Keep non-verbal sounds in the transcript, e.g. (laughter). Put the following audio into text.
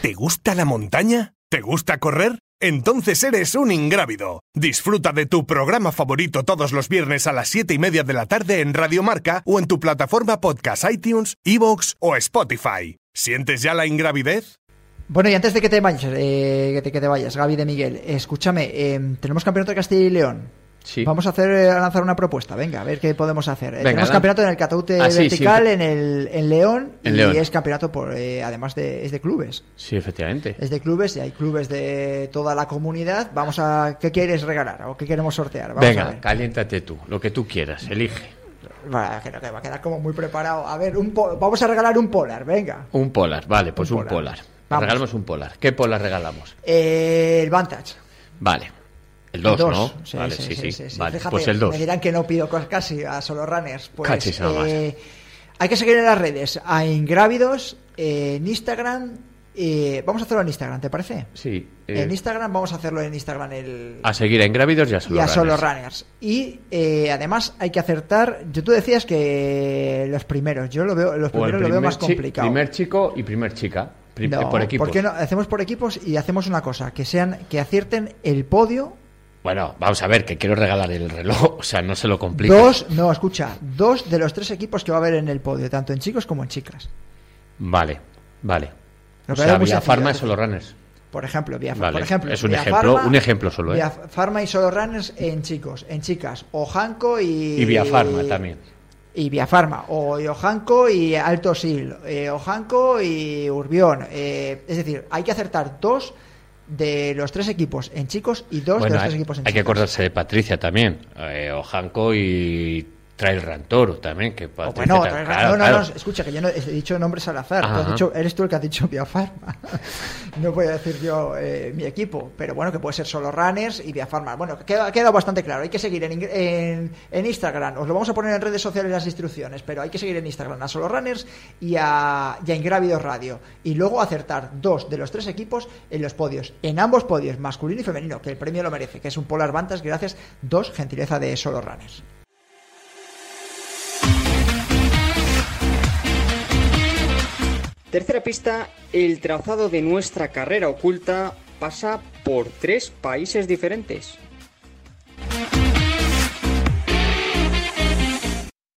¿Te gusta la montaña? ¿Te gusta correr? Entonces eres un ingrávido. Disfruta de tu programa favorito todos los viernes a las 7 y media de la tarde en Radio Marca o en tu plataforma podcast iTunes, Evox o Spotify. ¿Sientes ya la ingravidez? Bueno, y antes de que te vayas, eh, que, te, que te vayas, Gaby de Miguel, escúchame, eh, tenemos campeonato de Castilla y León. Sí. Vamos a hacer eh, a lanzar una propuesta, venga, a ver qué podemos hacer. Eh, Venga, tenemos lan- campeonato en el Cataute Ah, sí, vertical, sí. en el en León, En y León. es campeonato por eh, además de es de clubes. Sí, efectivamente. Es de clubes y hay clubes de toda la comunidad. Vamos a ¿qué quieres regalar o qué queremos sortear? Vamos a Venga, ver. caliéntate tú, lo que tú quieras, elige. Bueno, creo que va a quedar como muy preparado. A ver, un po- vamos a regalar un polar, venga. Un polar, vale, pues Un un, polar. polar. Vamos. Regalamos un polar. ¿Qué polar regalamos? Eh, el Vantage. Vale. El 2, Dos. ¿no? vale, sí, sí. Vale, Fíjate, pues el 2. Me dirán que no pido cos- casi a solo runners. Pues, Cachis nada más. eh, hay que seguir en las redes. A Ingrávidos, eh, en Instagram. eh, vamos a hacerlo en Instagram, ¿te parece? Sí. eh, En Instagram, vamos a hacerlo en Instagram el. a seguir a Ingrávidos y a y Solo a solo Runners. runners. Y eh, además hay que acertar. Yo tú decías que los primeros, yo lo veo, los O primeros el lo veo primer más chi- complicado. Primer chico y primer chica. Pri- No, por equipos. ¿por qué no? Hacemos por equipos y hacemos una cosa, que sean, que acierten el podio Bueno, vamos a ver, que quiero regalar el reloj, (laughs) o sea, no se lo complico. Dos, no, escucha, dos de los tres equipos que va a haber en el podio, tanto en chicos como en chicas. Vale, vale. Lo O que sea, veo muy Vía Farma y sencillo. Solo Runners. Por ejemplo, vía, Vale, por ejemplo, es un Vía ejemplo- Farma- un ejemplo solo, ¿eh? Vía Farma y solo runners en chicos, en chicas, o Hanco y Y Vía Farma también. Y Vía Farma, o y Ojanco y Alto Sil, eh, Ojanco y Urbión. eh, es decir, hay que acertar dos de los tres equipos en chicos y dos de Bueno, los hay, tres equipos en hay que chicas. acordarse de Patricia también, eh, Ojanco y Trail Rantoro también, que O Patricia bueno, ta- traes claro, razón. no, no, claro. no, escucha, que yo no he dicho nombres al azar. Tú has Ajá. dicho- eres tú el que has dicho Biopharma. (laughs) no voy a decir yo eh, mi equipo, pero bueno, que puede ser solo Runners y Biopharma. Bueno, que queda, ha quedado bastante claro. Hay que seguir en, ing- en, en Instagram. Os lo vamos a poner en redes sociales las instrucciones, pero hay que seguir en Instagram a solo Runners y a, y a Ingrávidos Radio. Y luego acertar dos de los tres equipos en los podios, en ambos podios, masculino y femenino, que el premio lo merece, que es un Polar Vantas, gracias, dos, gentileza de solo Runners. Tercera pista, el trazado de nuestra carrera oculta pasa por tres países diferentes.